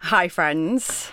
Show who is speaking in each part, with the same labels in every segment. Speaker 1: Hi, friends.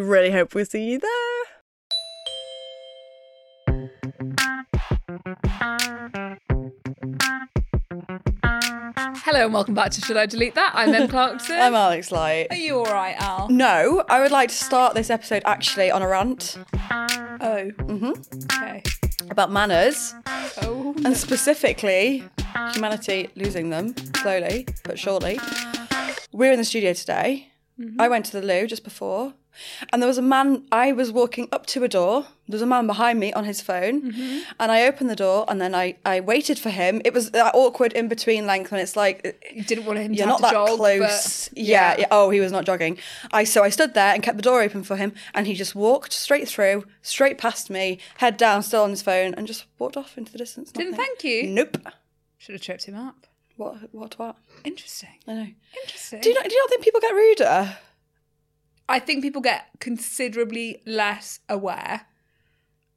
Speaker 1: really hope we'll see you there.
Speaker 2: Hello and welcome back to Should I Delete That? I'm Em Clarkson.
Speaker 1: I'm Alex Light.
Speaker 2: Are you all right, Al?
Speaker 1: No, I would like to start this episode actually on a rant
Speaker 2: Oh. Mm-hmm. Okay.
Speaker 1: about manners
Speaker 2: Oh.
Speaker 1: and specifically humanity losing them slowly but surely. We're in the studio today.
Speaker 2: Mm-hmm.
Speaker 1: I went to the loo just before, and there was a man. I was walking up to a door. There was a man behind me on his phone,
Speaker 2: Mm-hmm.
Speaker 1: and I opened the door and then I, I waited for him. It was that awkward in between length when it's like uh,
Speaker 2: You didn't want him to
Speaker 1: you're not
Speaker 2: have
Speaker 1: that
Speaker 2: to jog, but-
Speaker 1: close. Yeah, yeah. Oh, he was not jogging. I so I stood there and kept the door open for him, and he just walked straight through, straight past me, head down, still on his phone, and just walked off into the distance.
Speaker 2: Didn't
Speaker 1: nothing.
Speaker 2: thank you.
Speaker 1: Nope.
Speaker 2: Should have tripped him up.
Speaker 1: What? What? What?
Speaker 2: Interesting.
Speaker 1: I know.
Speaker 2: Interesting.
Speaker 1: Do you not? Do you not think people get ruder?
Speaker 2: I think people get considerably less aware,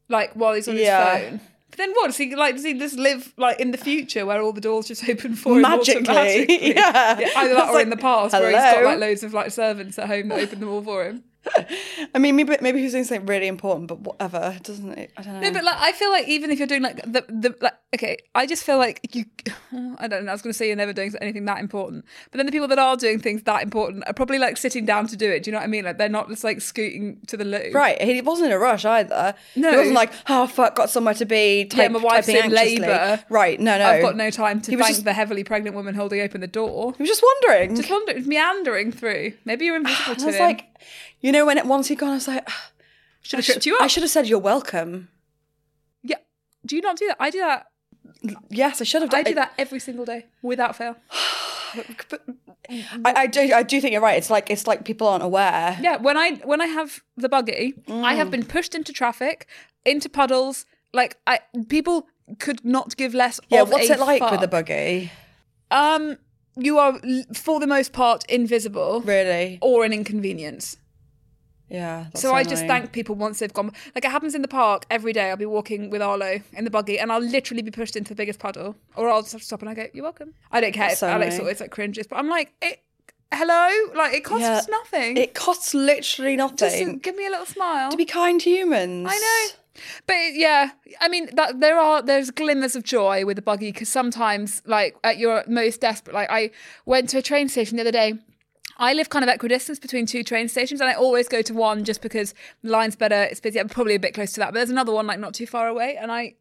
Speaker 2: like while he's on
Speaker 1: Yeah.
Speaker 2: his phone. But then what does he like? Does he just live like in the future where all the doors just open for him
Speaker 1: Magically,
Speaker 2: automatically?
Speaker 1: yeah.
Speaker 2: either that
Speaker 1: It's
Speaker 2: or in the
Speaker 1: like,
Speaker 2: past where he's got
Speaker 1: hello?
Speaker 2: like loads of like servants at home that open them all for him.
Speaker 1: I mean, maybe maybe he was doing something really important, but whatever. Doesn't it? I don't know.
Speaker 2: No, but like I feel like even if you're doing like the the like okay, I just feel like you. I don't know. I was going to say you're never doing anything that important, but then the people that are doing things that important are probably like sitting down to do it. Do you know what I mean? Like they're not just like scooting to the loo.
Speaker 1: Right, he wasn't in a rush either.
Speaker 2: No.
Speaker 1: he wasn't like, oh fuck, got somewhere to be. Type,
Speaker 2: my wife's
Speaker 1: typing
Speaker 2: in
Speaker 1: anxiously."
Speaker 2: labour.
Speaker 1: Right, no, no,
Speaker 2: I've got no time to
Speaker 1: He was
Speaker 2: thank
Speaker 1: just-
Speaker 2: the heavily pregnant woman holding open the door.
Speaker 1: He was just wondering.
Speaker 2: Just wondering, meandering through. Maybe you're invisible
Speaker 1: And I
Speaker 2: to
Speaker 1: was
Speaker 2: him.
Speaker 1: like, you know, when it, once he'd gone, I was like, "Ah, I
Speaker 2: should have tripped
Speaker 1: should-
Speaker 2: you up.
Speaker 1: I should have said you're welcome.
Speaker 2: yeah. Do you not do that? I do that.
Speaker 1: Yes, I should have.
Speaker 2: I
Speaker 1: done
Speaker 2: do that every single day without fail.
Speaker 1: But I, I do. I do think you're right. It's like it's like people aren't aware.
Speaker 2: Yeah, when I when I have the buggy, I
Speaker 1: Mm.
Speaker 2: have been pushed into traffic, into puddles. Like I, people could not give less.
Speaker 1: Yeah,
Speaker 2: of
Speaker 1: what's
Speaker 2: a
Speaker 1: it like
Speaker 2: fuck.
Speaker 1: with the buggy?
Speaker 2: Um, you are l- for the most part invisible
Speaker 1: Really?
Speaker 2: or an inconvenience.
Speaker 1: Yeah. that's
Speaker 2: So I just
Speaker 1: annoying.
Speaker 2: thank people once they've gone. Like it happens in the park every day. I'll be walking with Arlo in the buggy, and I'll literally be pushed into the biggest puddle, or I'll just have to stop and I go, "You're welcome." I don't care. if
Speaker 1: so
Speaker 2: Alex
Speaker 1: annoying.
Speaker 2: always like cringes, but I'm like, it, "Hello," like it costs
Speaker 1: Yeah.
Speaker 2: us nothing.
Speaker 1: It costs literally
Speaker 2: just
Speaker 1: nothing
Speaker 2: give me a little smile.
Speaker 1: to be kind humans.
Speaker 2: I know. But it- yeah, I mean that there are there's glimmers of joy with the buggy because sometimes like at your most desperate like I went to a train station the other day. I live kind of equidistant between two train stations and I always go to one just because the line's better, it's busy. I'm probably a bit close to that, but there's another one like not too far away and I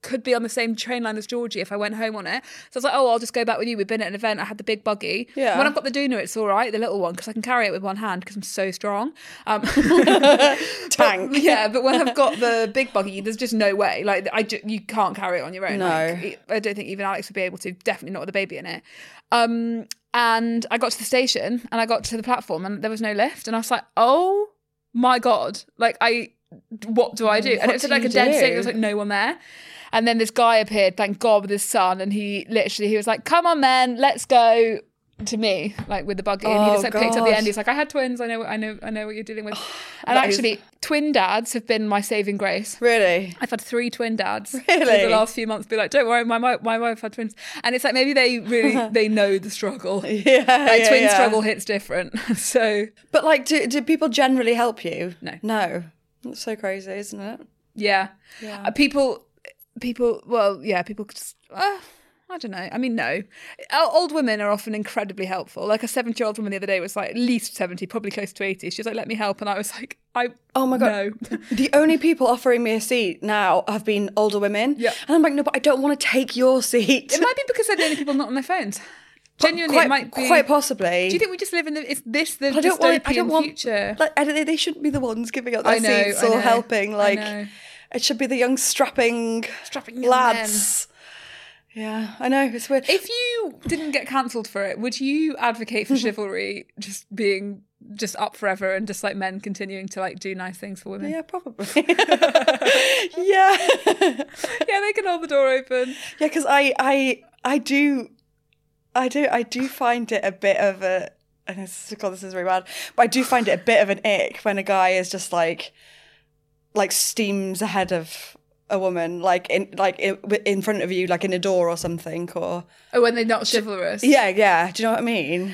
Speaker 2: could be on the same train line as Georgie if I went home on it. So I was like, oh, I'll just go back with you. We've been at an event. I had the big buggy.
Speaker 1: Yeah.
Speaker 2: When I've got the Duna, it's all right, the little one, because I can carry it with one hand because I'm so strong. Um,
Speaker 1: Tank.
Speaker 2: But- yeah, but when I've got the big buggy, there's just no way. Like, I ju- you can't carry it on your own.
Speaker 1: No.
Speaker 2: Like, I don't think even Alex would be able to. Definitely not with a baby in it. Um, and I got to the station and I got to the platform and there was no lift, and I was like, oh my god, like I, what do I do? and
Speaker 1: What
Speaker 2: it was
Speaker 1: do
Speaker 2: like
Speaker 1: you
Speaker 2: a dead
Speaker 1: do?
Speaker 2: thing. There was like no one there. And then this guy appeared, thank God, with his son, and he literally he was like, "Come on, then, let's go." To me, like with the buggy, and he
Speaker 1: Oh,
Speaker 2: just like picked up the
Speaker 1: God.
Speaker 2: end. He's like, "I had twins. I know, I know, I know what you're dealing with." and
Speaker 1: that is-
Speaker 2: actually, twin dads have been my saving grace.
Speaker 1: Really?
Speaker 2: I've had three twin dads over
Speaker 1: Really?
Speaker 2: the last few months. Be like, don't worry, my wife, my wife had twins, and it's like maybe they really they know the struggle.
Speaker 1: Yeah.
Speaker 2: Like
Speaker 1: yeah,
Speaker 2: twin
Speaker 1: yeah.
Speaker 2: struggle hits different, so
Speaker 1: But like, do do people generally help you?
Speaker 2: No.
Speaker 1: No. That's so crazy, isn't it?
Speaker 2: yeah.
Speaker 1: Yeah.
Speaker 2: Uh, people, people. Well, yeah, people. could Just, uh, I don't know. I mean, no. O- Old women are often incredibly helpful. Like a seventy-year-old woman the other day was like at least seventy, probably close to eighty. She was like, "Let me help," and I was like, "I
Speaker 1: Oh my God.
Speaker 2: no."
Speaker 1: The only people offering me a seat now have been older women.
Speaker 2: Yeah.
Speaker 1: And I'm like, no, but I don't want to take your seat.
Speaker 2: It might be because they're the only people not on their phones. Genuinely,
Speaker 1: quite,
Speaker 2: it might be.
Speaker 1: quite possibly.
Speaker 2: Do you think we just live in the? Is this the
Speaker 1: I don't
Speaker 2: dystopian
Speaker 1: want. I don't want.
Speaker 2: future?
Speaker 1: Like, I don't, they shouldn't be the ones giving up their
Speaker 2: I know,
Speaker 1: seats
Speaker 2: I
Speaker 1: or
Speaker 2: know,
Speaker 1: helping.
Speaker 2: I
Speaker 1: Like,
Speaker 2: know.
Speaker 1: it should be the young strapping,
Speaker 2: Strapping young
Speaker 1: lads. Yeah, I know it's weird.
Speaker 2: if you didn't get cancelled for it, would you advocate for chivalry just being just up forever and just like men continuing to like do nice things for women. Yeah,
Speaker 1: Yeah, probably. yeah.
Speaker 2: they can hold the door open.
Speaker 1: Yeah, because I, I, I do, I do, I do find it a bit of a, and this is, God, this is very bad, but I do find it a bit of an ick when a guy is just like, like steams ahead of a woman, like in, like in, in front of you, like in a door or something, or
Speaker 2: Oh, when they're not chivalrous.
Speaker 1: yeah, yeah. Do you know what I mean?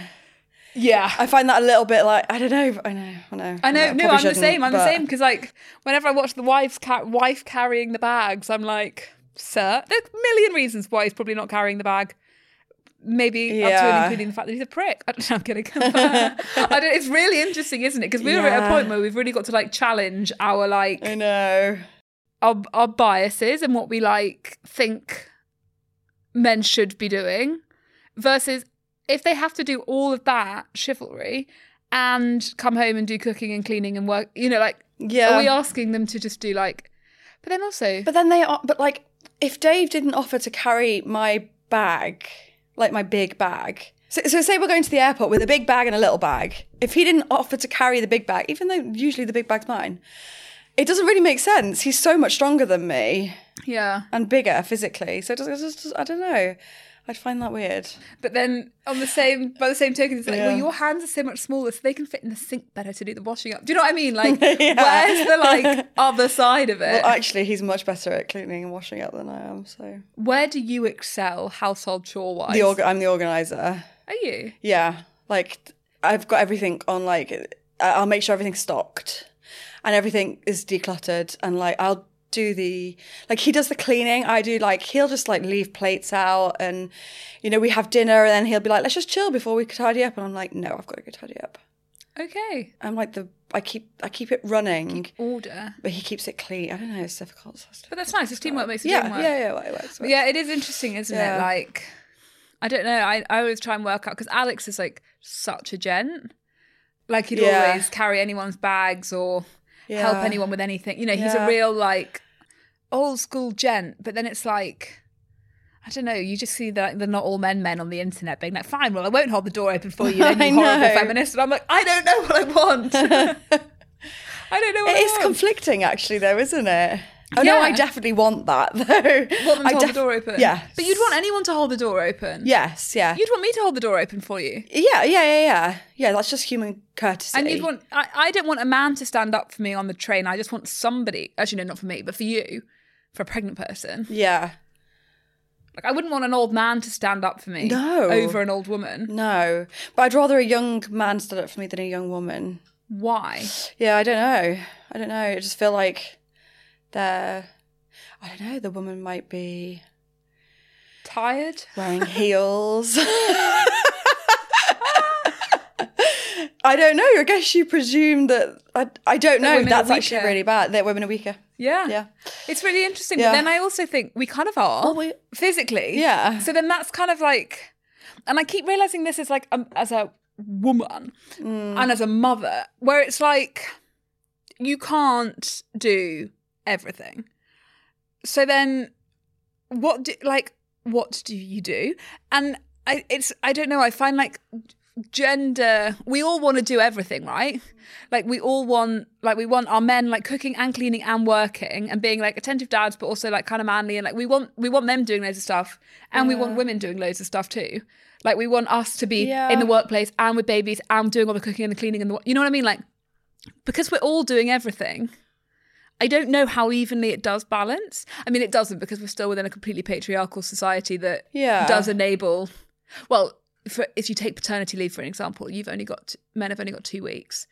Speaker 2: Yeah.
Speaker 1: I find that a little bit like I don't know. I know. I know.
Speaker 2: I know.
Speaker 1: probably
Speaker 2: no, I'm the
Speaker 1: shouldn't,
Speaker 2: same. I'm the
Speaker 1: but-
Speaker 2: same because like whenever I watch the wife's ca- wife carrying the bags, I'm like, sir, there's a million reasons why he's probably not carrying the bag. Maybe up to and
Speaker 1: Yeah.
Speaker 2: including the fact that he's a prick. I don't know, I'm kidding. I don't, it's really interesting, isn't it? Because we were at a
Speaker 1: Yeah.
Speaker 2: point where we've really got to like challenge our like
Speaker 1: I know.
Speaker 2: our, our biases and what we like think men should be doing versus if they have to do all of that chivalry and come home and do cooking and cleaning and work you know like
Speaker 1: Yeah.
Speaker 2: are we asking them to just do like but then also
Speaker 1: But then they are. But like, if Dave didn't offer to carry my bag, like my big bag. So, so say we're going to the airport with a big bag and a little bag. If he didn't offer to carry the big bag, even though usually the big bag's mine, it doesn't really make sense. He's so much stronger than me
Speaker 2: yeah
Speaker 1: and bigger physically. So it doesn't. it's just- I don't know. I'd find that weird.
Speaker 2: but then on the same by the same token it's like well
Speaker 1: Yeah.
Speaker 2: your hands are so much smaller so they can fit in the sink better to do the washing up do you know what i mean like
Speaker 1: Yeah.
Speaker 2: where's the like other side of it
Speaker 1: Well, actually, he's much better at cleaning and washing up than I am. So
Speaker 2: where do you excel household chore wise
Speaker 1: the org- I'm the organizer.
Speaker 2: are you
Speaker 1: Yeah, like t- I've got everything on. Like I- I'll make sure everything's stocked, and everything is decluttered. And like I'll do the like he does the cleaning. I do like he'll just like leave plates out, and you know we have dinner, and then he'll be like, "Let's just chill before we tidy up." And I'm like, "No, I've got to go tidy up."
Speaker 2: okay
Speaker 1: I'm like the I keep I keep it running,
Speaker 2: order
Speaker 1: but he keeps it clean. I don't know. It's difficult. So it's-
Speaker 2: But that's nice. It's teamwork makes the
Speaker 1: yeah,
Speaker 2: dream work.
Speaker 1: yeah, yeah, well, it works.
Speaker 2: But
Speaker 1: well.
Speaker 2: yeah, it is interesting, isn't it?
Speaker 1: Yeah.
Speaker 2: Like, I don't know. I, I always try and work out because Alex is like such a gent. Like he'd
Speaker 1: Yeah.
Speaker 2: always carry anyone's bags or help
Speaker 1: Yeah.
Speaker 2: anyone with anything. You know, he's a
Speaker 1: Yeah.
Speaker 2: real like old school gent. But then it's like. I don't know. You just see the, the not all men men on the internet being like, fine, well, I won't hold the door open for you, you
Speaker 1: I
Speaker 2: horrible
Speaker 1: know.
Speaker 2: feminist. And I'm like, I don't know what I want. I don't know what
Speaker 1: It
Speaker 2: I
Speaker 1: is
Speaker 2: want.
Speaker 1: conflicting, actually, though, isn't it? I know I
Speaker 2: Yeah.
Speaker 1: definitely want that, though.
Speaker 2: want them to
Speaker 1: I
Speaker 2: hold
Speaker 1: def-
Speaker 2: the door open.
Speaker 1: Yes.
Speaker 2: But you'd want anyone to hold the door open.
Speaker 1: Yes, yeah.
Speaker 2: You'd want me to hold the door open for you.
Speaker 1: yeah, yeah, yeah, yeah. Yeah, that's just human courtesy.
Speaker 2: And you'd want, I, I don't want a man to stand up for me on the train. I just want somebody, actually, no, not for me, but for you, for a pregnant person.
Speaker 1: Yeah.
Speaker 2: Like, I wouldn't want an old man to stand up for me
Speaker 1: No.
Speaker 2: over an old woman.
Speaker 1: No. But I'd rather a young man stood up for me than a young woman.
Speaker 2: Why?
Speaker 1: Yeah, I don't know. I don't know. I just feel like they're. I don't know. The woman might be
Speaker 2: Tired?
Speaker 1: wearing heels. I don't know. I guess you presume that. I, I don't know.
Speaker 2: women are
Speaker 1: That's actually
Speaker 2: weaker.
Speaker 1: really bad. That women are weaker.
Speaker 2: Yeah.
Speaker 1: Yeah.
Speaker 2: It's really interesting. But
Speaker 1: Yeah.
Speaker 2: then I also think Oh, we kind of are
Speaker 1: we-
Speaker 2: physically.
Speaker 1: Yeah.
Speaker 2: So then that's kind of like, and I keep realizing this is like um, as a woman
Speaker 1: Mm.
Speaker 2: and as a mother, where it's like you can't do everything. So then, what do like what do you do? And I it's I don't know. I find like gender we all want to do everything right like we all want like we want our men like cooking and cleaning and working and being like attentive dads but also like kind of manly and like we want we want them doing loads of stuff and we want women doing loads of stuff too like we want us to be
Speaker 1: Yeah.
Speaker 2: in the workplace and with babies and doing all the cooking and the cleaning and the wo- you know what i mean like because we're all doing everything I don't know how evenly it does balance. I mean, it doesn't because we're still within a completely patriarchal society that
Speaker 1: Yeah.
Speaker 2: does enable. Well, for, if you take paternity leave for an example, you've only got men have only got two weeks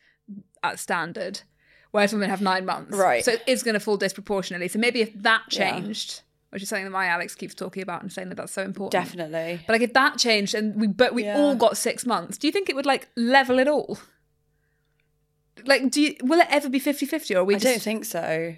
Speaker 2: at standard, whereas women have nine months.
Speaker 1: Right.
Speaker 2: So it is going to fall disproportionately. So maybe if that changed, which is something that my Alex keeps talking about and saying that that's so important.
Speaker 1: Definitely.
Speaker 2: But like if that changed and we but we
Speaker 1: Yeah.
Speaker 2: all got six months, do you think it would like level it all? Like, do you, will it ever be 50-50 or are we
Speaker 1: I
Speaker 2: just
Speaker 1: don't think so.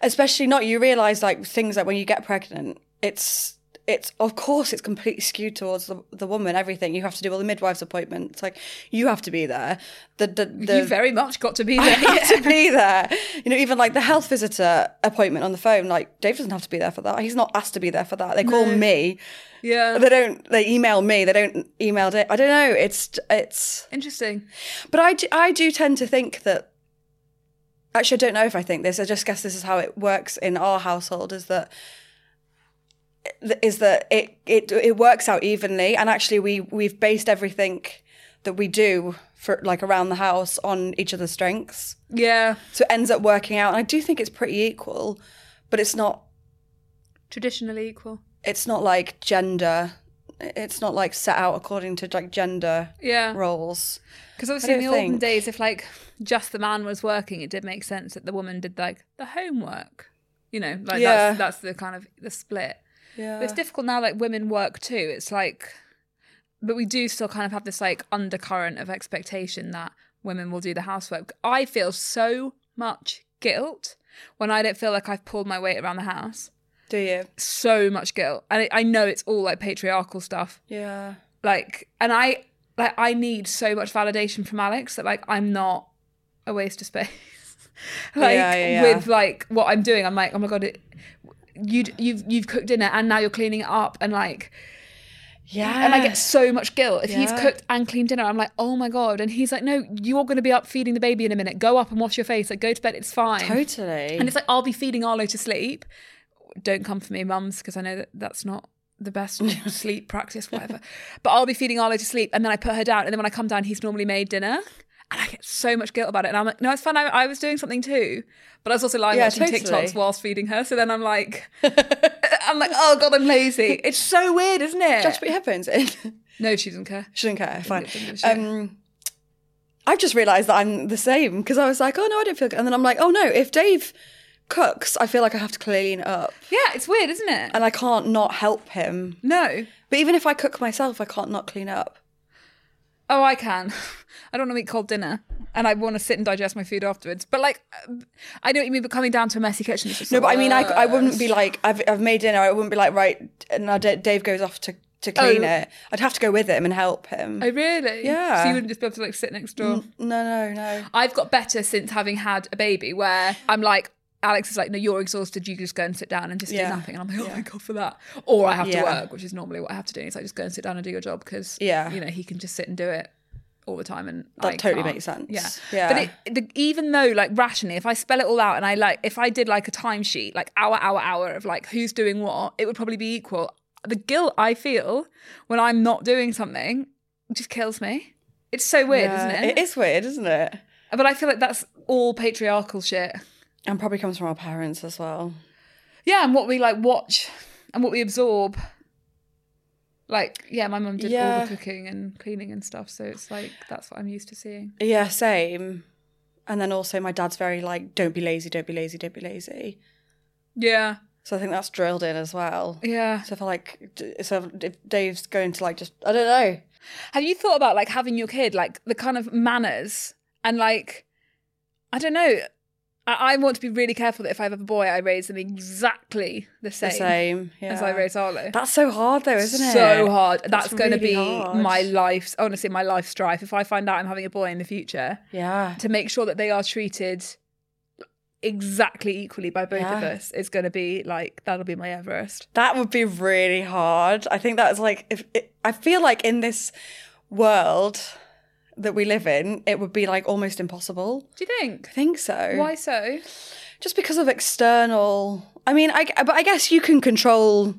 Speaker 1: Especially not you realise like things like when you get pregnant, it's it's of course it's completely skewed towards the, the woman. Everything you have to do all the midwife's appointment. It's like you have to be there. The the, the
Speaker 2: you very much got to be
Speaker 1: I
Speaker 2: there.
Speaker 1: have to be there. You know, even like the health visitor appointment on the phone. Like Dave doesn't have to be there for that. He's not asked to be there for that. They call me.
Speaker 2: yeah.
Speaker 1: They don't. They email me. They don't email Dave. I don't know. It's it's.
Speaker 2: Interesting.
Speaker 1: But I do, I do tend to think that. Actually, I don't know if I think this. I just guess this is how it works in our household. Is that is that it it it works out evenly, and actually we we've based everything that we do for like around the house on each other's strengths,
Speaker 2: Yeah.
Speaker 1: so it ends up working out. And I do think it's pretty equal, but it's not
Speaker 2: Traditionally equal.
Speaker 1: it's not like gender. It's not like set out according to like gender
Speaker 2: Yeah.
Speaker 1: roles.
Speaker 2: Because obviously in the
Speaker 1: don't
Speaker 2: olden
Speaker 1: think.
Speaker 2: days, if like just the man was working, it did make sense that the woman did like the homework. You know, like
Speaker 1: Yeah.
Speaker 2: that's that's the kind of the split.
Speaker 1: Yeah,
Speaker 2: But it's difficult now. Like women work too. It's like, but we do still kind of have this like undercurrent of expectation that women will do the housework. I feel so much guilt when I don't feel like I've pulled my weight around the house.
Speaker 1: do you?
Speaker 2: So much guilt, and I, I know it's all like patriarchal stuff.
Speaker 1: Yeah.
Speaker 2: Like, and I like I need so much validation from Alex that like I'm not a waste of space. like
Speaker 1: Yeah, yeah, yeah.
Speaker 2: with like what I'm doing, I'm like, oh my god, it, you you've you've cooked dinner and now you're cleaning it up and like
Speaker 1: Yeah.
Speaker 2: and I get so much guilt. If he's
Speaker 1: Yeah.
Speaker 2: cooked and cleaned dinner, I'm like, oh my God. And he's like, no, you're going to be up feeding the baby in a minute. Go up and wash your face. Like, go to bed. It's fine.
Speaker 1: totally.
Speaker 2: And it's like, I'll be feeding Arlo to sleep. Don't come for me, mums, because I know that that's not the best sleep practice, whatever. But I'll be feeding Arlo to sleep. And then I put her down. And then when I come down, he's normally made dinner. And I get so much guilt about it. And I'm like, no, it's fine. I, I was doing something too. But I was also lying
Speaker 1: Yeah,
Speaker 2: watching
Speaker 1: totally.
Speaker 2: TikToks whilst feeding her. So then I'm like, I'm like, oh God, I'm lazy. It's so weird, isn't it?
Speaker 1: Josh, put your headphones in.
Speaker 2: No, she doesn't care.
Speaker 1: Shouldn't care. Fine.
Speaker 2: give a shit.
Speaker 1: Um, I've just realised that I'm the same because I was like, oh no, I don't feel good. And then I'm like, oh no, if Dave cooks, I feel like I have to clean up
Speaker 2: Yeah, it's weird, isn't it?
Speaker 1: and I can't not help him.
Speaker 2: no.
Speaker 1: But even if I cook myself, I can't not clean up.
Speaker 2: Oh, I can. I don't want to eat cold dinner, and I want to sit and digest my food afterwards. But like, um, I know what you mean. But coming down to a messy kitchen, is just
Speaker 1: No, but I mean, I, I wouldn't be like, I've, I've made dinner. I wouldn't be like, right, now D- Dave goes off to, to clean
Speaker 2: Oh.
Speaker 1: it. I'd have to go with him and help him.
Speaker 2: Oh, really?
Speaker 1: Yeah.
Speaker 2: So you wouldn't just be able to like sit next door.
Speaker 1: No, no, no.
Speaker 2: I've got better since having had a baby, where I'm like. Alex is like, no, you're exhausted. You just go and sit down and just
Speaker 1: Yeah.
Speaker 2: do nothing. And I'm like, oh my god, for that. Or I have to
Speaker 1: Yeah.
Speaker 2: work, which is normally what I have to do. It's like just go and sit down and do your job because,
Speaker 1: Yeah.
Speaker 2: you know, he can just sit and do it all the time. And
Speaker 1: That
Speaker 2: I
Speaker 1: totally
Speaker 2: can't.
Speaker 1: makes sense.
Speaker 2: Yeah.
Speaker 1: Yeah.
Speaker 2: But it, the, even though, like, rationally, if I spell it all out and I like, if I did like a timesheet, like hour, hour, hour of like who's doing what, it would probably be equal. The guilt I feel when I'm not doing something just kills me. It's so weird,
Speaker 1: Yeah,
Speaker 2: isn't it?
Speaker 1: It is weird, isn't it?
Speaker 2: But I feel like that's all patriarchal shit.
Speaker 1: And probably comes from our parents as well.
Speaker 2: Yeah. And what we like watch and what we absorb. Like, yeah, my mum did all
Speaker 1: Yeah.
Speaker 2: the cooking and cleaning and stuff. So it's like, that's what I'm used to seeing.
Speaker 1: Yeah, same. And then also, my dad's very like, don't be lazy, don't be lazy, don't be lazy.
Speaker 2: Yeah.
Speaker 1: So I think that's drilled in as well.
Speaker 2: Yeah.
Speaker 1: So if I like, d- so if Dave's going to like just, I don't know.
Speaker 2: Have you thought about like having your kid, like the kind of manners and like, I don't know. I, I want to be really careful that if I have a boy, I raise them exactly the same,
Speaker 1: The same. Yeah.
Speaker 2: as I raise Arlo.
Speaker 1: That's so hard though, isn't it?
Speaker 2: so hard. That's, going to
Speaker 1: really
Speaker 2: be
Speaker 1: hard.
Speaker 2: my life's honestly my life's strife. If I find out I'm having a boy in the future,
Speaker 1: Yeah.
Speaker 2: to make sure that they are treated exactly equally by both of
Speaker 1: Yeah.
Speaker 2: us is going to be like that'll be my Everest.
Speaker 1: That would be really hard. I think that's like, if it, I feel like in this world that we live in, it would be like almost impossible.
Speaker 2: Do you think?
Speaker 1: I think so.
Speaker 2: Why so?
Speaker 1: just because of external i mean i but i guess you can control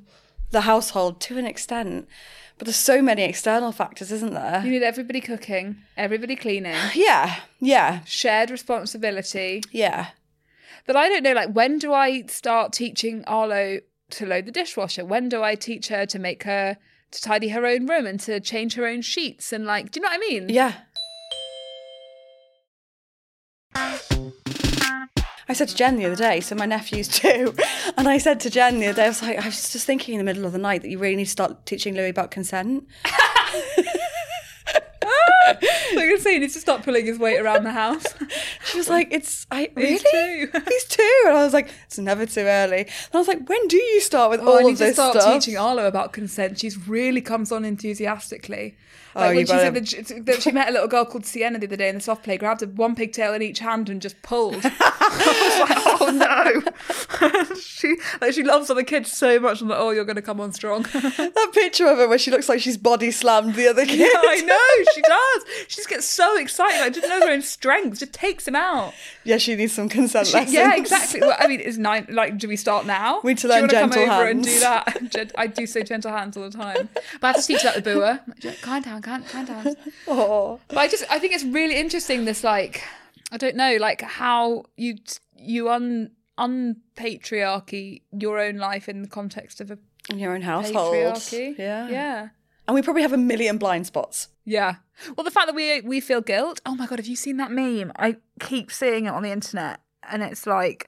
Speaker 1: the household to an extent but there's so many external factors isn't
Speaker 2: You
Speaker 1: there
Speaker 2: need everybody cooking, everybody cleaning.
Speaker 1: yeah yeah
Speaker 2: shared responsibility.
Speaker 1: yeah
Speaker 2: But I don't know, like, when do I start teaching Arlo to load the dishwasher? When do I teach her to make her, to tidy her own room and to change her own sheets? And, like, do you know what I mean?
Speaker 1: yeah I said to Jen the other day, so my nephew's two, and I said to Jen the other day, I was like, I was just thinking in the middle of the night that you really need to start teaching Louis about consent.
Speaker 2: Like I'm saying, he needs to stop pulling his weight around the house.
Speaker 1: She was like, "It's I
Speaker 2: These
Speaker 1: really."
Speaker 2: two.
Speaker 1: These two, and I was like, "It's never too early." And I was like, "When do you start with
Speaker 2: Oh, I
Speaker 1: all
Speaker 2: need
Speaker 1: of
Speaker 2: to
Speaker 1: this
Speaker 2: start
Speaker 1: stuff?"
Speaker 2: teaching Arlo about consent. She's really comes on enthusiastically.
Speaker 1: Oh,
Speaker 2: Like
Speaker 1: you
Speaker 2: when she
Speaker 1: gotta-
Speaker 2: said that she, that she met a little girl called Sienna the other day in the soft play, grabbed a one pigtail in each hand and just pulled. I was like, oh no. she like she loves other kids so much. I'm like, oh, you're gonna come on strong.
Speaker 1: That picture of her where she looks like she's body slammed the other kid.
Speaker 2: I know she does. She just gets so excited. I didn't know her own strength. Just takes him out.
Speaker 1: Yeah, she needs some consent
Speaker 2: She-
Speaker 1: lessons.
Speaker 2: yeah, exactly. Well, I mean, is nine like? Do we start now?
Speaker 1: We need to
Speaker 2: Do you
Speaker 1: learn
Speaker 2: wanna
Speaker 1: gentle
Speaker 2: come over And do
Speaker 1: hands.
Speaker 2: that. Gen- I do say gentle hands all the time, but I have to teach that the booer. Kind down, kind, kind down.
Speaker 1: Aw.
Speaker 2: But I just, I think it's really interesting. This like, I don't know, like how you you un unpatriarchy your own life in the context of a
Speaker 1: In your own household.
Speaker 2: patriarchy.
Speaker 1: Yeah.
Speaker 2: yeah.
Speaker 1: And we probably have a million blind spots.
Speaker 2: Yeah. Well, the fact that we we feel guilt. Oh my god, have you seen that meme? I keep seeing it on the internet, and it's like.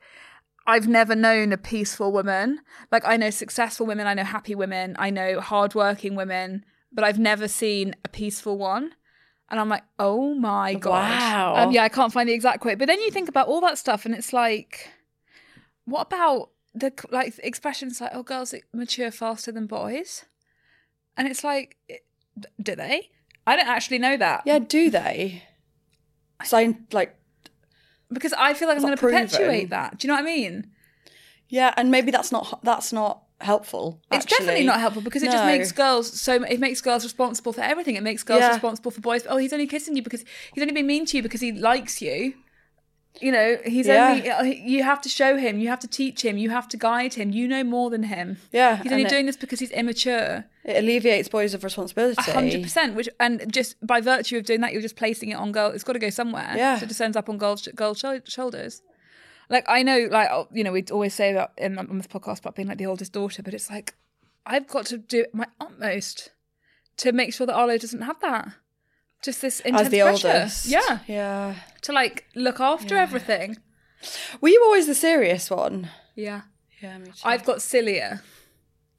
Speaker 2: I've never known a peaceful woman. Like I know successful women, I know happy women, I know hardworking women, but I've never seen a peaceful one. And I'm like, oh my god.
Speaker 1: Wow.
Speaker 2: Um, yeah, I can't find the exact quote. But then you think about all that stuff, and it's like, what about the like expressions like, oh, girls mature faster than boys? And it's like, it- do they? I don't actually know that.
Speaker 1: Yeah, do they? Sign like
Speaker 2: Because I feel like I'm
Speaker 1: It's
Speaker 2: going to
Speaker 1: not proven.
Speaker 2: perpetuate that. Do you know what I mean?
Speaker 1: yeah, and maybe that's not that's not helpful.
Speaker 2: It's
Speaker 1: actually.
Speaker 2: definitely not helpful because it just
Speaker 1: No.
Speaker 2: makes girls so it makes girls responsible for everything. It makes girls
Speaker 1: Yeah.
Speaker 2: responsible for boys. Oh, he's only kissing you because he's only been mean to you because he likes you. You know, he's
Speaker 1: Yeah.
Speaker 2: only uh, you have to show him, you have to teach him, you have to guide him. You know more than him.
Speaker 1: Yeah,
Speaker 2: He's only
Speaker 1: and it-
Speaker 2: doing this because he's immature.
Speaker 1: It alleviates boys of responsibility.
Speaker 2: hundred percent. Which and just by virtue of doing that, you're just placing it on girl. It's got to go somewhere.
Speaker 1: Yeah.
Speaker 2: So it just ends up on girls' girls' shou- shoulders. Like I know, like oh, you know, we always say about in on this podcast about being like the oldest daughter, but it's like I've got to do my utmost to make sure that Arlo doesn't have that. Just this intense
Speaker 1: As the
Speaker 2: pressure.
Speaker 1: oldest.
Speaker 2: yeah,
Speaker 1: Yeah.
Speaker 2: to like look after everything.
Speaker 1: Were you always the serious one?
Speaker 2: Yeah,
Speaker 1: Yeah, me too.
Speaker 2: I've got sillier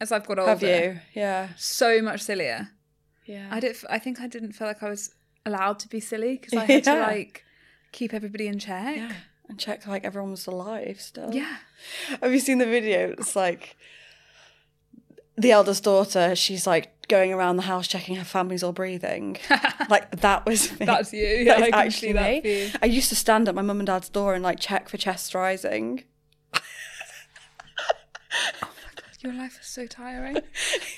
Speaker 2: as I've got older.
Speaker 1: Have you? Yeah.
Speaker 2: So much sillier.
Speaker 1: Yeah.
Speaker 2: I don't. f- I think I didn't feel like I was allowed to be silly because I had to
Speaker 1: Yeah.
Speaker 2: like keep everybody in check.
Speaker 1: yeah. And check like everyone was alive still.
Speaker 2: Yeah.
Speaker 1: Have you seen the video? It's like the eldest daughter, she's like going around the house checking her family's all breathing. like that was me.
Speaker 2: That's you. Yeah,
Speaker 1: That is
Speaker 2: I can see that for you.
Speaker 1: I used to stand at my mum and dad's door and like check for chest rising.
Speaker 2: Your life is so tiring.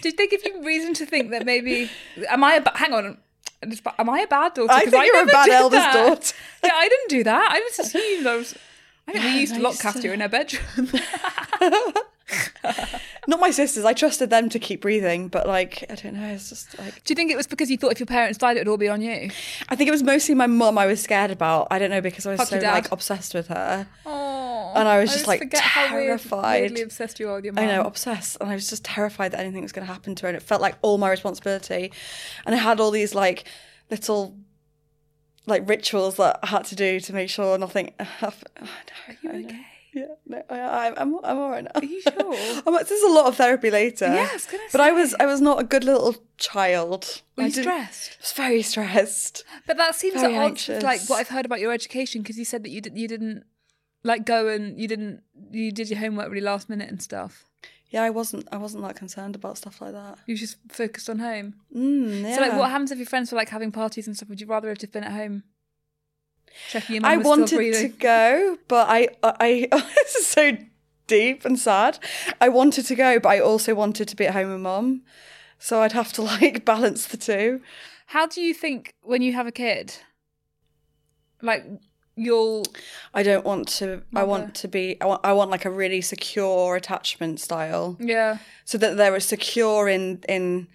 Speaker 2: Did they give you reason to think that maybe am I a ba- hang on? I'm just ba- Am I a bad daughter?
Speaker 1: I
Speaker 2: 'Cause
Speaker 1: think you're a
Speaker 2: never
Speaker 1: bad
Speaker 2: did
Speaker 1: eldest
Speaker 2: that.
Speaker 1: daughter.
Speaker 2: Yeah, I didn't do that. I just assumed I was. I think
Speaker 1: Yeah,
Speaker 2: we used to
Speaker 1: I
Speaker 2: lock
Speaker 1: used to-
Speaker 2: Castor in her bedroom.
Speaker 1: Not my sisters. I trusted them to keep breathing, but like I don't know. It's just like
Speaker 2: Do you think it was because you thought if your parents died, it would all be on you?
Speaker 1: I think it was mostly my mum I was scared about. I don't know because I was
Speaker 2: Fuck
Speaker 1: so
Speaker 2: your dad.
Speaker 1: like obsessed with her.
Speaker 2: Oh,
Speaker 1: And I was just, like,
Speaker 2: forget how weird-
Speaker 1: terrified.
Speaker 2: weirdly obsessed you are with your mum.
Speaker 1: I know, obsessed. And I was just terrified that anything was going to happen to her. And it felt like all my responsibility. And I had all these like little like rituals that I had to do to make sure nothing happened. Oh, no,
Speaker 2: You
Speaker 1: I know.
Speaker 2: okay?
Speaker 1: Yeah, no, I, I- I'm, I'm all right now. Are
Speaker 2: you sure?
Speaker 1: I'm, this is a lot of therapy later.
Speaker 2: Yeah, I was gonna
Speaker 1: But I was, I was not a good little child.
Speaker 2: Were
Speaker 1: I
Speaker 2: you
Speaker 1: didn't-
Speaker 2: stressed?
Speaker 1: I was very stressed.
Speaker 2: But that seems at
Speaker 1: Very
Speaker 2: odds with like
Speaker 1: anxious.
Speaker 2: what I've heard about your education because you said that you did, you didn't like go and you didn't you did your homework really last minute and stuff.
Speaker 1: Yeah, I wasn't, I wasn't that concerned about stuff like that.
Speaker 2: You just focused on home.
Speaker 1: Mm, yeah.
Speaker 2: So like, what happens if your friends were like having parties and stuff? Would you rather have just been at home? Checking your mum
Speaker 1: I
Speaker 2: was
Speaker 1: wanted
Speaker 2: still
Speaker 1: to
Speaker 2: breathing.
Speaker 1: go, but I, I, this is so deep and sad. I wanted to go, but I also wanted to be at home with mum. So I'd have to like balance the two.
Speaker 2: How do you think when you have a kid, like you'll
Speaker 1: I don't want to, I
Speaker 2: Mother.
Speaker 1: want to be, I want, I want like a really secure attachment style
Speaker 2: yeah
Speaker 1: so that they're as secure in, in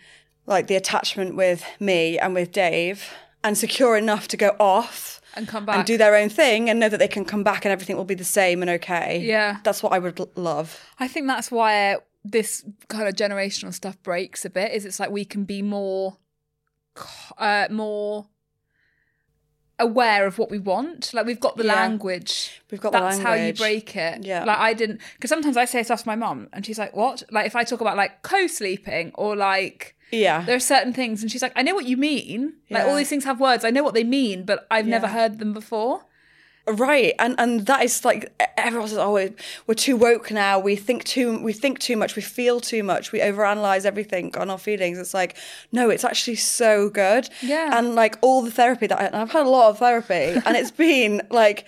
Speaker 1: like the attachment with me and with Dave and secure enough to go off
Speaker 2: and come back
Speaker 1: and do their own thing and know that they can come back and everything will be the same and okay.
Speaker 2: Yeah.
Speaker 1: That's what I would l- love.
Speaker 2: I think that's why this kind of generational stuff breaks a bit. Is it's like we can be more, c- uh, more aware of what we want. Like we've got the
Speaker 1: Yeah.
Speaker 2: language.
Speaker 1: We've got the
Speaker 2: that's how you
Speaker 1: language.
Speaker 2: break it.
Speaker 1: Yeah.
Speaker 2: Like I didn't because sometimes I say stuff to my mum and she's like, "What?" Like if I talk about like co-sleeping or like
Speaker 1: Yeah.
Speaker 2: There are certain things, and she's like, I know what you mean. Like
Speaker 1: Yeah.
Speaker 2: all these things have words. I know what they mean, but I've never
Speaker 1: Yeah.
Speaker 2: heard them before.
Speaker 1: Right, and and that is like everyone says, oh, we're, we're too woke now. We think too, we think too much. We feel too much. We overanalyze everything on our feelings. It's like, no, it's actually so good.
Speaker 2: Yeah.
Speaker 1: and like all the therapy that I, and I've had a lot of therapy, and it's been like,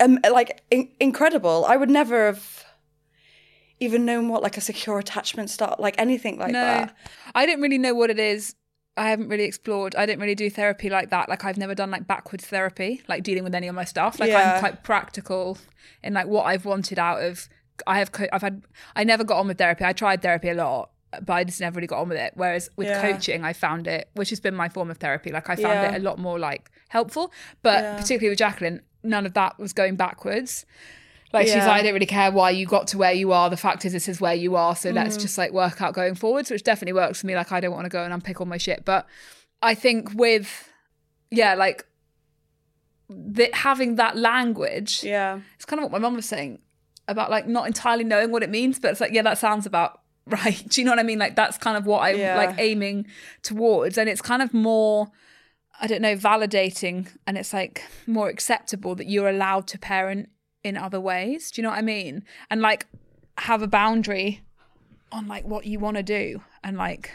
Speaker 1: um, like in- incredible. I would never have even known what like a secure attachment start, like anything like that.
Speaker 2: I don't really know what it is. I haven't really explored. I don't really do therapy like that. Like I've never done like backwards therapy, like dealing with any of my stuff. Like
Speaker 1: Yeah.
Speaker 2: I'm quite practical in like what I've wanted out of. I have. Co- I've had. I never got on with therapy. I tried therapy a lot, but I just never really got on with it. Whereas with
Speaker 1: Yeah.
Speaker 2: coaching, I found it, which has been my form of therapy. Like I found
Speaker 1: Yeah.
Speaker 2: it a lot more like helpful. But
Speaker 1: Yeah.
Speaker 2: particularly with Jacqueline, none of that was going backwards. Like she's
Speaker 1: Yeah.
Speaker 2: like, I don't really care why you got to where you are. The fact is, this is where you are. So let's just like work out going forwards, which definitely works for me. Like I don't want to go and unpick all my shit, but I think with yeah, like the, having that language,
Speaker 1: Yeah,
Speaker 2: it's kind of what my mum was saying about like not entirely knowing what it means, but it's like yeah, that sounds about right. Do you know what I mean? Like that's kind of what I'm
Speaker 1: Yeah.
Speaker 2: like aiming towards, and it's kind of more. I don't know, validating and it's like more acceptable that you're allowed to parent in other ways. Do you know what I mean? And like have a boundary on like what you want to do and like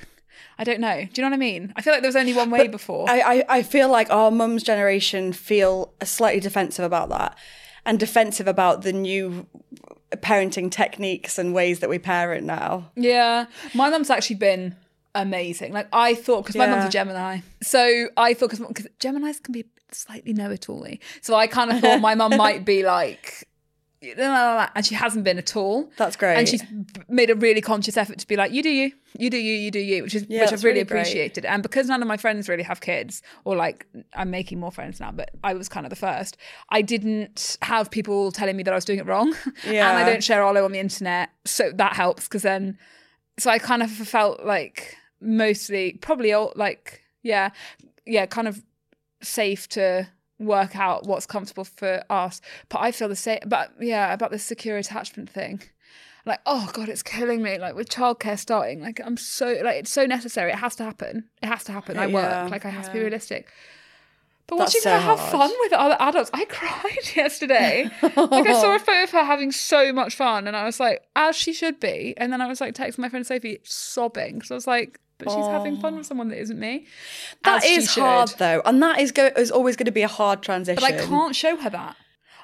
Speaker 2: I don't know. Do you know what I mean? I feel like there was only one way before.
Speaker 1: I, I I feel like our mum's generation feel slightly defensive about that, and defensive about the new parenting techniques and ways that we parent now.
Speaker 2: Yeah. My mum's actually been amazing. Like I thought, because my mum's a
Speaker 1: Yeah.
Speaker 2: Gemini. So I thought, because Geminis can be slightly know it all So I kind of thought my mum might be like, "Nah, nah, nah, nah," and she hasn't been at all.
Speaker 1: That's great.
Speaker 2: And she's b- made a really conscious effort to be like, you do you, you do you, you do you, which is
Speaker 1: Yeah,
Speaker 2: which I've
Speaker 1: that's
Speaker 2: really,
Speaker 1: really great.
Speaker 2: appreciated. And because none of my friends really have kids, or like I'm making more friends now, but I was kind of the first. I didn't have people telling me that I was doing it wrong, and I
Speaker 1: Yeah.
Speaker 2: don't share Arlo on the internet, so that helps because then, so I kind of felt like mostly probably all, like yeah, yeah, kind of safe to work out what's comfortable for us. But I feel the same. But yeah, about the secure attachment thing. Like, oh god, it's killing me. Like with childcare starting, like I'm so like it's so necessary. It has to happen. It has to happen. I
Speaker 1: Yeah,
Speaker 2: work. Like I have to be
Speaker 1: yeah.
Speaker 2: realistic. But watching
Speaker 1: so
Speaker 2: her have
Speaker 1: hard.
Speaker 2: fun with other adults, I cried yesterday. like I saw a photo of her having so much fun, and I was like, as she should be. And then I was like texting my friend Sophie, sobbing because I was like, but she's having fun with someone that isn't me.
Speaker 1: That
Speaker 2: As she
Speaker 1: is hard
Speaker 2: should.
Speaker 1: though, and that is go- is always going to be a hard transition.
Speaker 2: But I can't show her that.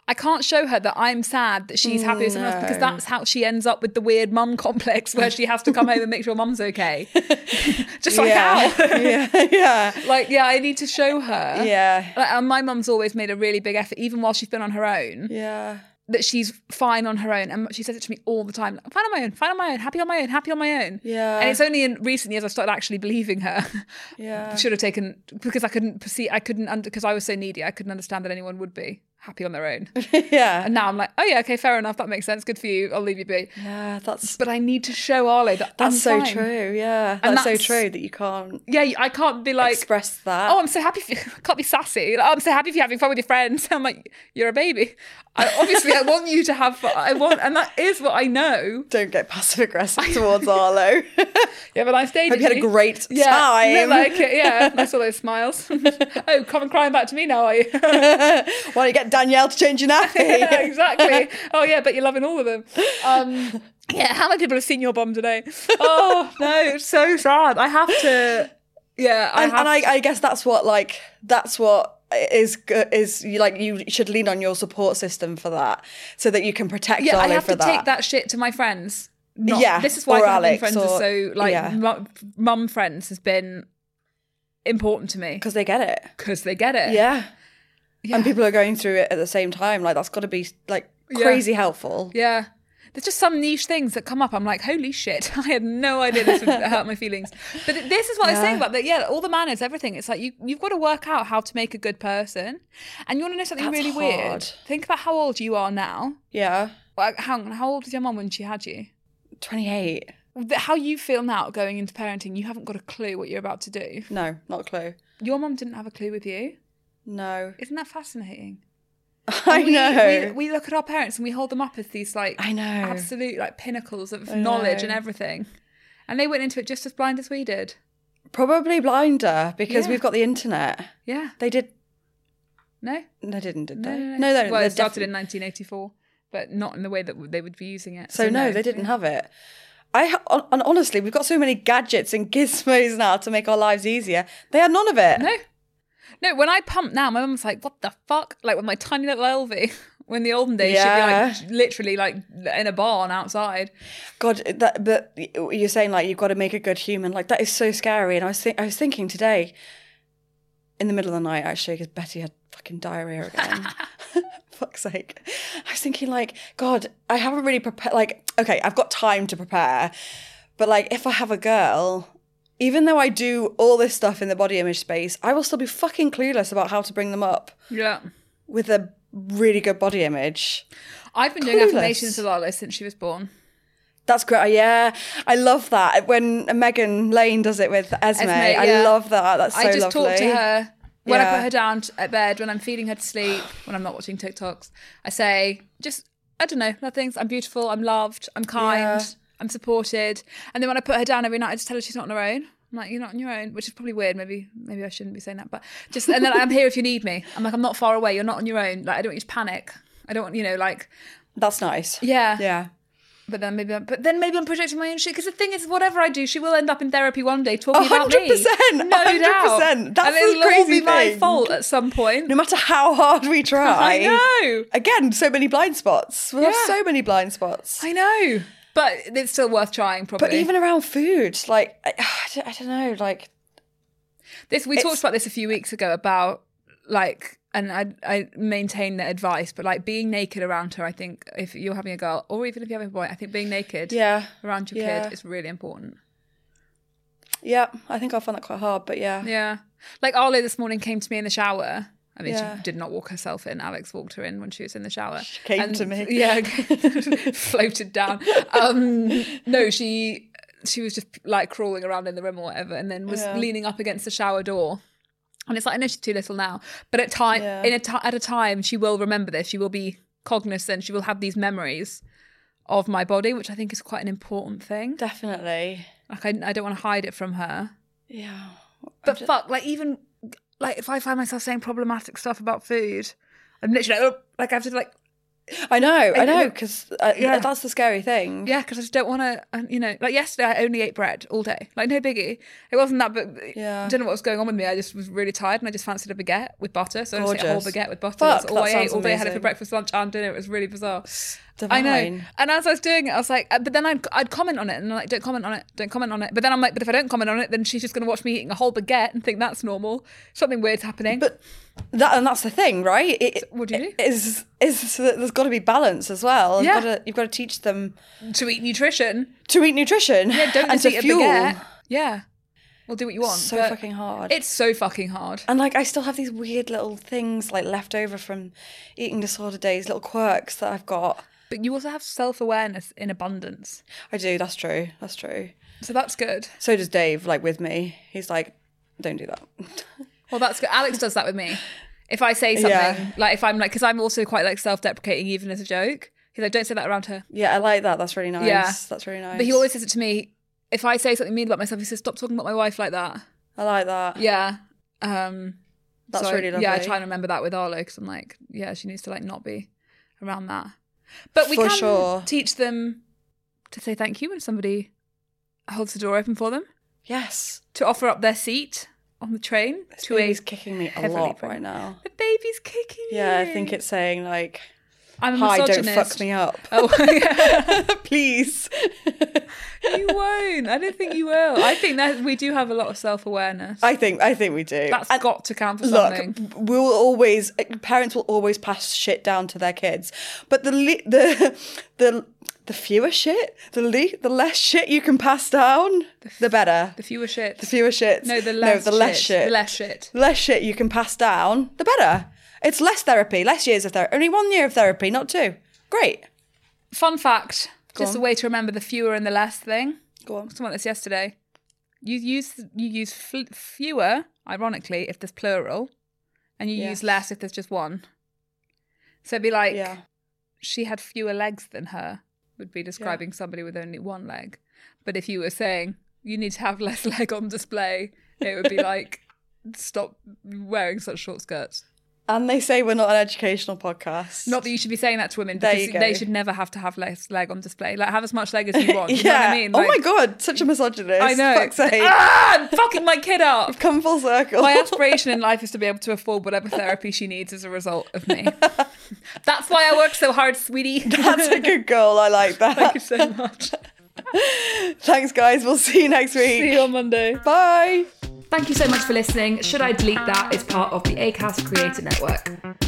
Speaker 2: I can't show her that I'm sad that she's happy with someone else because
Speaker 1: No.
Speaker 2: that's how she ends up with the weird mum complex where she has to come home and make sure mum's okay. Just like
Speaker 1: Yeah,
Speaker 2: how.
Speaker 1: yeah, yeah,
Speaker 2: like, yeah, I need to show her.
Speaker 1: yeah,
Speaker 2: Like, and my mum's always made a really big effort, even while she's been on her own,
Speaker 1: yeah.
Speaker 2: that she's fine on her own. And she says it to me all the time. Like, fine on my own, fine on my own, happy on my own, happy on my own.
Speaker 1: Yeah.
Speaker 2: And it's only in recent years I started actually believing her.
Speaker 1: Yeah.
Speaker 2: Should have taken because I couldn't perceive I couldn't under because I was so needy, I couldn't understand that anyone would be happy on their own.
Speaker 1: yeah.
Speaker 2: And now I'm like, oh yeah, okay, fair enough. That makes sense. Good for you. I'll leave you be.
Speaker 1: Yeah, that's
Speaker 2: But I need to show Arlo that
Speaker 1: that's
Speaker 2: I'm
Speaker 1: so
Speaker 2: fine.
Speaker 1: true. Yeah,
Speaker 2: And
Speaker 1: that's, so
Speaker 2: that's-
Speaker 1: true that you can't
Speaker 2: Yeah, you- I can't be like,
Speaker 1: express that.
Speaker 2: oh, I'm so happy. For you. I can't be sassy. Like, oh, I'm so happy for you having fun with your friends. I'm like, you're a baby. I, obviously, I want you to have fun. I want, and that is what I know.
Speaker 1: don't get passive aggressive towards Arlo.
Speaker 2: You have a nice day.
Speaker 1: Hope you had a great
Speaker 2: yeah,
Speaker 1: time.
Speaker 2: look like it. Yeah, I saw those smiles. oh, come and crying back to me now, are you?
Speaker 1: Why don't you get Danielle to change your nappy?
Speaker 2: yeah, exactly. Oh yeah, but you're loving all of them. Um, yeah, how many people have seen your bomb today? Oh no, it's so sad. I have to. Yeah, I
Speaker 1: and,
Speaker 2: have
Speaker 1: and I, I guess that's what like that's what is go- is you like you should lean on your support system for that so that you can protect
Speaker 2: yeah, I
Speaker 1: Arlo
Speaker 2: have
Speaker 1: for
Speaker 2: to take that shit to my friends. Not-
Speaker 1: Yeah,
Speaker 2: this is why
Speaker 1: or
Speaker 2: having
Speaker 1: Alex,
Speaker 2: friends
Speaker 1: or-
Speaker 2: is so like
Speaker 1: yeah.
Speaker 2: mu- mum friends has been important to me
Speaker 1: because they get it.
Speaker 2: because they get it.
Speaker 1: Yeah.
Speaker 2: Yeah.
Speaker 1: And people are going through it at the same time. Like that's got to be like
Speaker 2: Yeah.
Speaker 1: crazy helpful.
Speaker 2: Yeah. There's just some niche things that come up. I'm like, holy shit, I had no idea this would hurt my feelings. But th- this is what I was
Speaker 1: Yeah.
Speaker 2: saying about that. Yeah, all the manners, everything. It's like you, you've got to work out how to make a good person. And you want to know something
Speaker 1: That's
Speaker 2: really weird?
Speaker 1: hard.
Speaker 2: Think about how old you are now.
Speaker 1: Yeah.
Speaker 2: Like, hang on, how old was your mum when she had you?
Speaker 1: 28.
Speaker 2: Th- How you feel now going into parenting, you haven't got a clue what you're about to do.
Speaker 1: No, not a clue.
Speaker 2: Your mum didn't have a clue with you.
Speaker 1: No.
Speaker 2: Isn't that fascinating?
Speaker 1: I
Speaker 2: We-
Speaker 1: know.
Speaker 2: We, we look at our parents and we hold them up as these like
Speaker 1: I know.
Speaker 2: absolute like pinnacles of
Speaker 1: Oh. I
Speaker 2: knowledge
Speaker 1: know.
Speaker 2: and everything. And they went into it just as blind as we did.
Speaker 1: Probably blinder because
Speaker 2: Yeah.
Speaker 1: we've got the internet.
Speaker 2: Yeah.
Speaker 1: They did.
Speaker 2: No.
Speaker 1: They didn't, did
Speaker 2: No.
Speaker 1: they?
Speaker 2: No. no.
Speaker 1: they
Speaker 2: well,
Speaker 1: they're
Speaker 2: it started
Speaker 1: defi-
Speaker 2: in 1984, but not in the way that w- they would be using it.
Speaker 1: So no, they didn't have it. I ha- on- and honestly, we've got so many gadgets and gizmos now to make our lives easier. They had none of it.
Speaker 2: No. No, when I pump now, my mum's like, what the fuck? Like with my tiny little Elvie. When the olden days, she'd be like literally like in a barn outside.
Speaker 1: God, that but you're saying like you've got to make a good human. Like that is so scary. And I was think I was thinking today, in the middle of the night actually, because Betty had fucking diarrhea again. Fuck's sake. I was thinking like, God, I haven't really prepared. Like, okay, I've got time to prepare, but like if I have a girl. Even though I do all this stuff in the body image space, I will still be fucking clueless about how to bring them up
Speaker 2: Yeah.
Speaker 1: with a really good body image.
Speaker 2: I've been doing
Speaker 1: Clueless.
Speaker 2: affirmations with Lala since she was born.
Speaker 1: That's great. Yeah, I love that. uh, When Megan Lane does it with Esme,
Speaker 2: Esme,
Speaker 1: I
Speaker 2: yeah.
Speaker 1: love that. That's so
Speaker 2: I just
Speaker 1: lovely.
Speaker 2: talk to her when I
Speaker 1: Yeah.
Speaker 2: put her down t- at bed, when I'm feeding her to sleep, when I'm not watching TikToks. I say, just, I don't know, nothing's, I'm beautiful, I'm loved, I'm kind,
Speaker 1: Yeah.
Speaker 2: I'm supported. And then when I put her down every night, I just tell her she's not on her own. I'm like, you're not on your own, which is probably weird. Maybe, maybe I shouldn't be saying that, but just, and then I'm here if you need me. I'm like, I'm not far away. You're not on your own. Like, I don't want you to panic. I don't want, you know, like,
Speaker 1: That's nice.
Speaker 2: yeah.
Speaker 1: Yeah.
Speaker 2: But then maybe, I'm, but then maybe I'm projecting my own shit. Because the thing is, whatever I do, she will end up in therapy one day talking about
Speaker 1: hundred
Speaker 2: me.
Speaker 1: percent.
Speaker 2: No
Speaker 1: hundred
Speaker 2: doubt.
Speaker 1: percent. That's
Speaker 2: and it'll
Speaker 1: the
Speaker 2: all
Speaker 1: crazy
Speaker 2: be my
Speaker 1: thing.
Speaker 2: fault at some point.
Speaker 1: No matter how hard we try.
Speaker 2: I know.
Speaker 1: Again, so many blind spots. We have
Speaker 2: Yeah.
Speaker 1: so many blind spots.
Speaker 2: I know. But it's still worth trying, probably.
Speaker 1: But even around food, like I, I don't- I don't know, like
Speaker 2: this, we talked about this a few weeks ago about like, and I, I maintain that advice, but like being naked around her, I think if you're having a girl or even if you're having a boy, I think being naked
Speaker 1: yeah,
Speaker 2: around your
Speaker 1: Yeah.
Speaker 2: kid is really important.
Speaker 1: yeah. I think I found that quite hard, but yeah,
Speaker 2: Yeah. Like Arlo this morning came to me in the shower. I mean,
Speaker 1: Yeah.
Speaker 2: she did not walk herself in. Alex walked her in when she was in the shower. She
Speaker 1: came to me.
Speaker 2: Yeah, floated down. Um, no, she she was just like crawling around in the room or whatever, and then was
Speaker 1: Yeah.
Speaker 2: leaning up against the shower door. And it's like I know she's too little now, but at time
Speaker 1: Yeah.
Speaker 2: in a ti at a time she will remember this. She will be cognizant. She will have these memories of my body, which I think is quite an important thing.
Speaker 1: definitely.
Speaker 2: Like I, I don't want to hide it from her.
Speaker 1: Yeah.
Speaker 2: But fuck, like even like if I find myself saying problematic stuff about food, I'm literally like, "Oh," like I have to like
Speaker 1: I know, I
Speaker 2: And-
Speaker 1: know, because uh,
Speaker 2: Yeah.
Speaker 1: that's the scary thing.
Speaker 2: yeah, because I just don't want to. You know, like yesterday I only ate bread all day, like no biggie. It wasn't that, but
Speaker 1: Yeah.
Speaker 2: I don't know what was going on with me. I just was really tired and I just fancied a baguette with butter, so I just ate a whole
Speaker 1: Gorgeous.
Speaker 2: baguette with butter.
Speaker 1: Fuck,
Speaker 2: That's all
Speaker 1: that
Speaker 2: I ate
Speaker 1: sounds
Speaker 2: all day. I had it for
Speaker 1: amazing.
Speaker 2: breakfast, lunch, and dinner. It was really bizarre.
Speaker 1: Divine.
Speaker 2: I know. And as I was doing it, I was like, uh, but then I'd, I'd comment on it and I'm like, don't comment on it, don't comment on it. But then I'm like, but if I don't comment on it, then she's just going to watch me eating a whole baguette and think that's normal. Something weird's happening.
Speaker 1: But that and that's the thing, right? It,
Speaker 2: what do you do?
Speaker 1: Is is that there's got to be balance as well.
Speaker 2: Yeah.
Speaker 1: You've got to you've got to teach them
Speaker 2: to eat nutrition.
Speaker 1: to eat nutrition
Speaker 2: Yeah, don't
Speaker 1: and
Speaker 2: just
Speaker 1: to
Speaker 2: eat a
Speaker 1: fuel.
Speaker 2: baguette. Yeah, well, do what you want.
Speaker 1: So
Speaker 2: but
Speaker 1: fucking hard.
Speaker 2: It's so fucking hard.
Speaker 1: and like I still have these weird little things like left over from eating disorder days, little quirks that I've got.
Speaker 2: But you also have self awareness in abundance,
Speaker 1: I do. That's true. That's true.
Speaker 2: so that's good.
Speaker 1: So does Dave. Like with me, he's like, don't do that.
Speaker 2: Well, that's good. Alex does that with me. If I say something,
Speaker 1: Yeah.
Speaker 2: like if I'm like, because I'm also quite like self deprecating, even as a joke. He's like, don't say that around her.
Speaker 1: yeah, I like that. That's really nice.
Speaker 2: Yeah.
Speaker 1: That's really nice.
Speaker 2: But he always says it to me. If I say something mean about myself, he says, stop talking about my wife like that.
Speaker 1: I like that.
Speaker 2: Yeah. Um,
Speaker 1: That's
Speaker 2: So I-
Speaker 1: really lovely.
Speaker 2: Yeah, I try and remember that with Arlo because I'm like, yeah, she needs to like not be around that. But we
Speaker 1: For
Speaker 2: can
Speaker 1: sure.
Speaker 2: teach them to say thank you when somebody holds the door open for them,
Speaker 1: Yes.
Speaker 2: to offer up their seat on the train to a.
Speaker 1: He's kicking me a
Speaker 2: heavily
Speaker 1: lot right
Speaker 2: pregnant.
Speaker 1: now.
Speaker 2: The baby's kicking.
Speaker 1: Yeah, I
Speaker 2: you.
Speaker 1: think it's saying like,
Speaker 2: I'm a
Speaker 1: "Hi, don't
Speaker 2: misogynist.
Speaker 1: fuck me up,
Speaker 2: Oh, yeah.
Speaker 1: please."
Speaker 2: you won't. I don't think you will. I think that we do have a lot of self awareness.
Speaker 1: I think I think we do.
Speaker 2: That's
Speaker 1: And
Speaker 2: got to count for
Speaker 1: look,
Speaker 2: something.
Speaker 1: we'll always uh, parents will always pass shit down to their kids, but the le- the the the fewer shit, the le- the less shit you can pass down, the better.
Speaker 2: The fewer shit.
Speaker 1: The fewer shit.
Speaker 2: no, the less.
Speaker 1: the less
Speaker 2: shit.
Speaker 1: shit.
Speaker 2: The less shit.
Speaker 1: less shit you can pass down, the better. It's less therapy, less years of therapy. Only one year of therapy, not two. Great.
Speaker 2: Fun fact, just
Speaker 1: on.
Speaker 2: a way to remember the fewer and the less thing.
Speaker 1: Go on.
Speaker 2: Someone this yesterday. You use you use fl- fewer, ironically, if there's plural, and you
Speaker 1: Yes.
Speaker 2: use less if there's just one. So it'd be like
Speaker 1: Yeah.
Speaker 2: she had fewer legs than her would be describing somebody with only one leg. But if you were saying you need to have less leg on display. It would be like, stop wearing such short skirts.
Speaker 1: And they say we're not an educational podcast.
Speaker 2: Not that you should be saying that to women
Speaker 1: There
Speaker 2: because
Speaker 1: you go.
Speaker 2: they should never have to have less leg on display. Like have as much leg as you want. You know what
Speaker 1: yeah.
Speaker 2: I mean?
Speaker 1: oh my
Speaker 2: Like,
Speaker 1: god, such a misogynist.
Speaker 2: I know.
Speaker 1: Fuck's sake.
Speaker 2: Ah, I'm fucking my kid up.
Speaker 1: Come full circle.
Speaker 2: My aspiration in life is to be able to afford whatever therapy she needs as a result of me. That's why I work so hard, sweetie.
Speaker 1: That's a good goal. I like that.
Speaker 2: Thank you so much.
Speaker 1: Thanks, guys. We'll see you next week.
Speaker 2: See you on Monday.
Speaker 1: Bye.
Speaker 2: Thank you so much for listening. Should I delete that? Is part of the Acast Creator Network.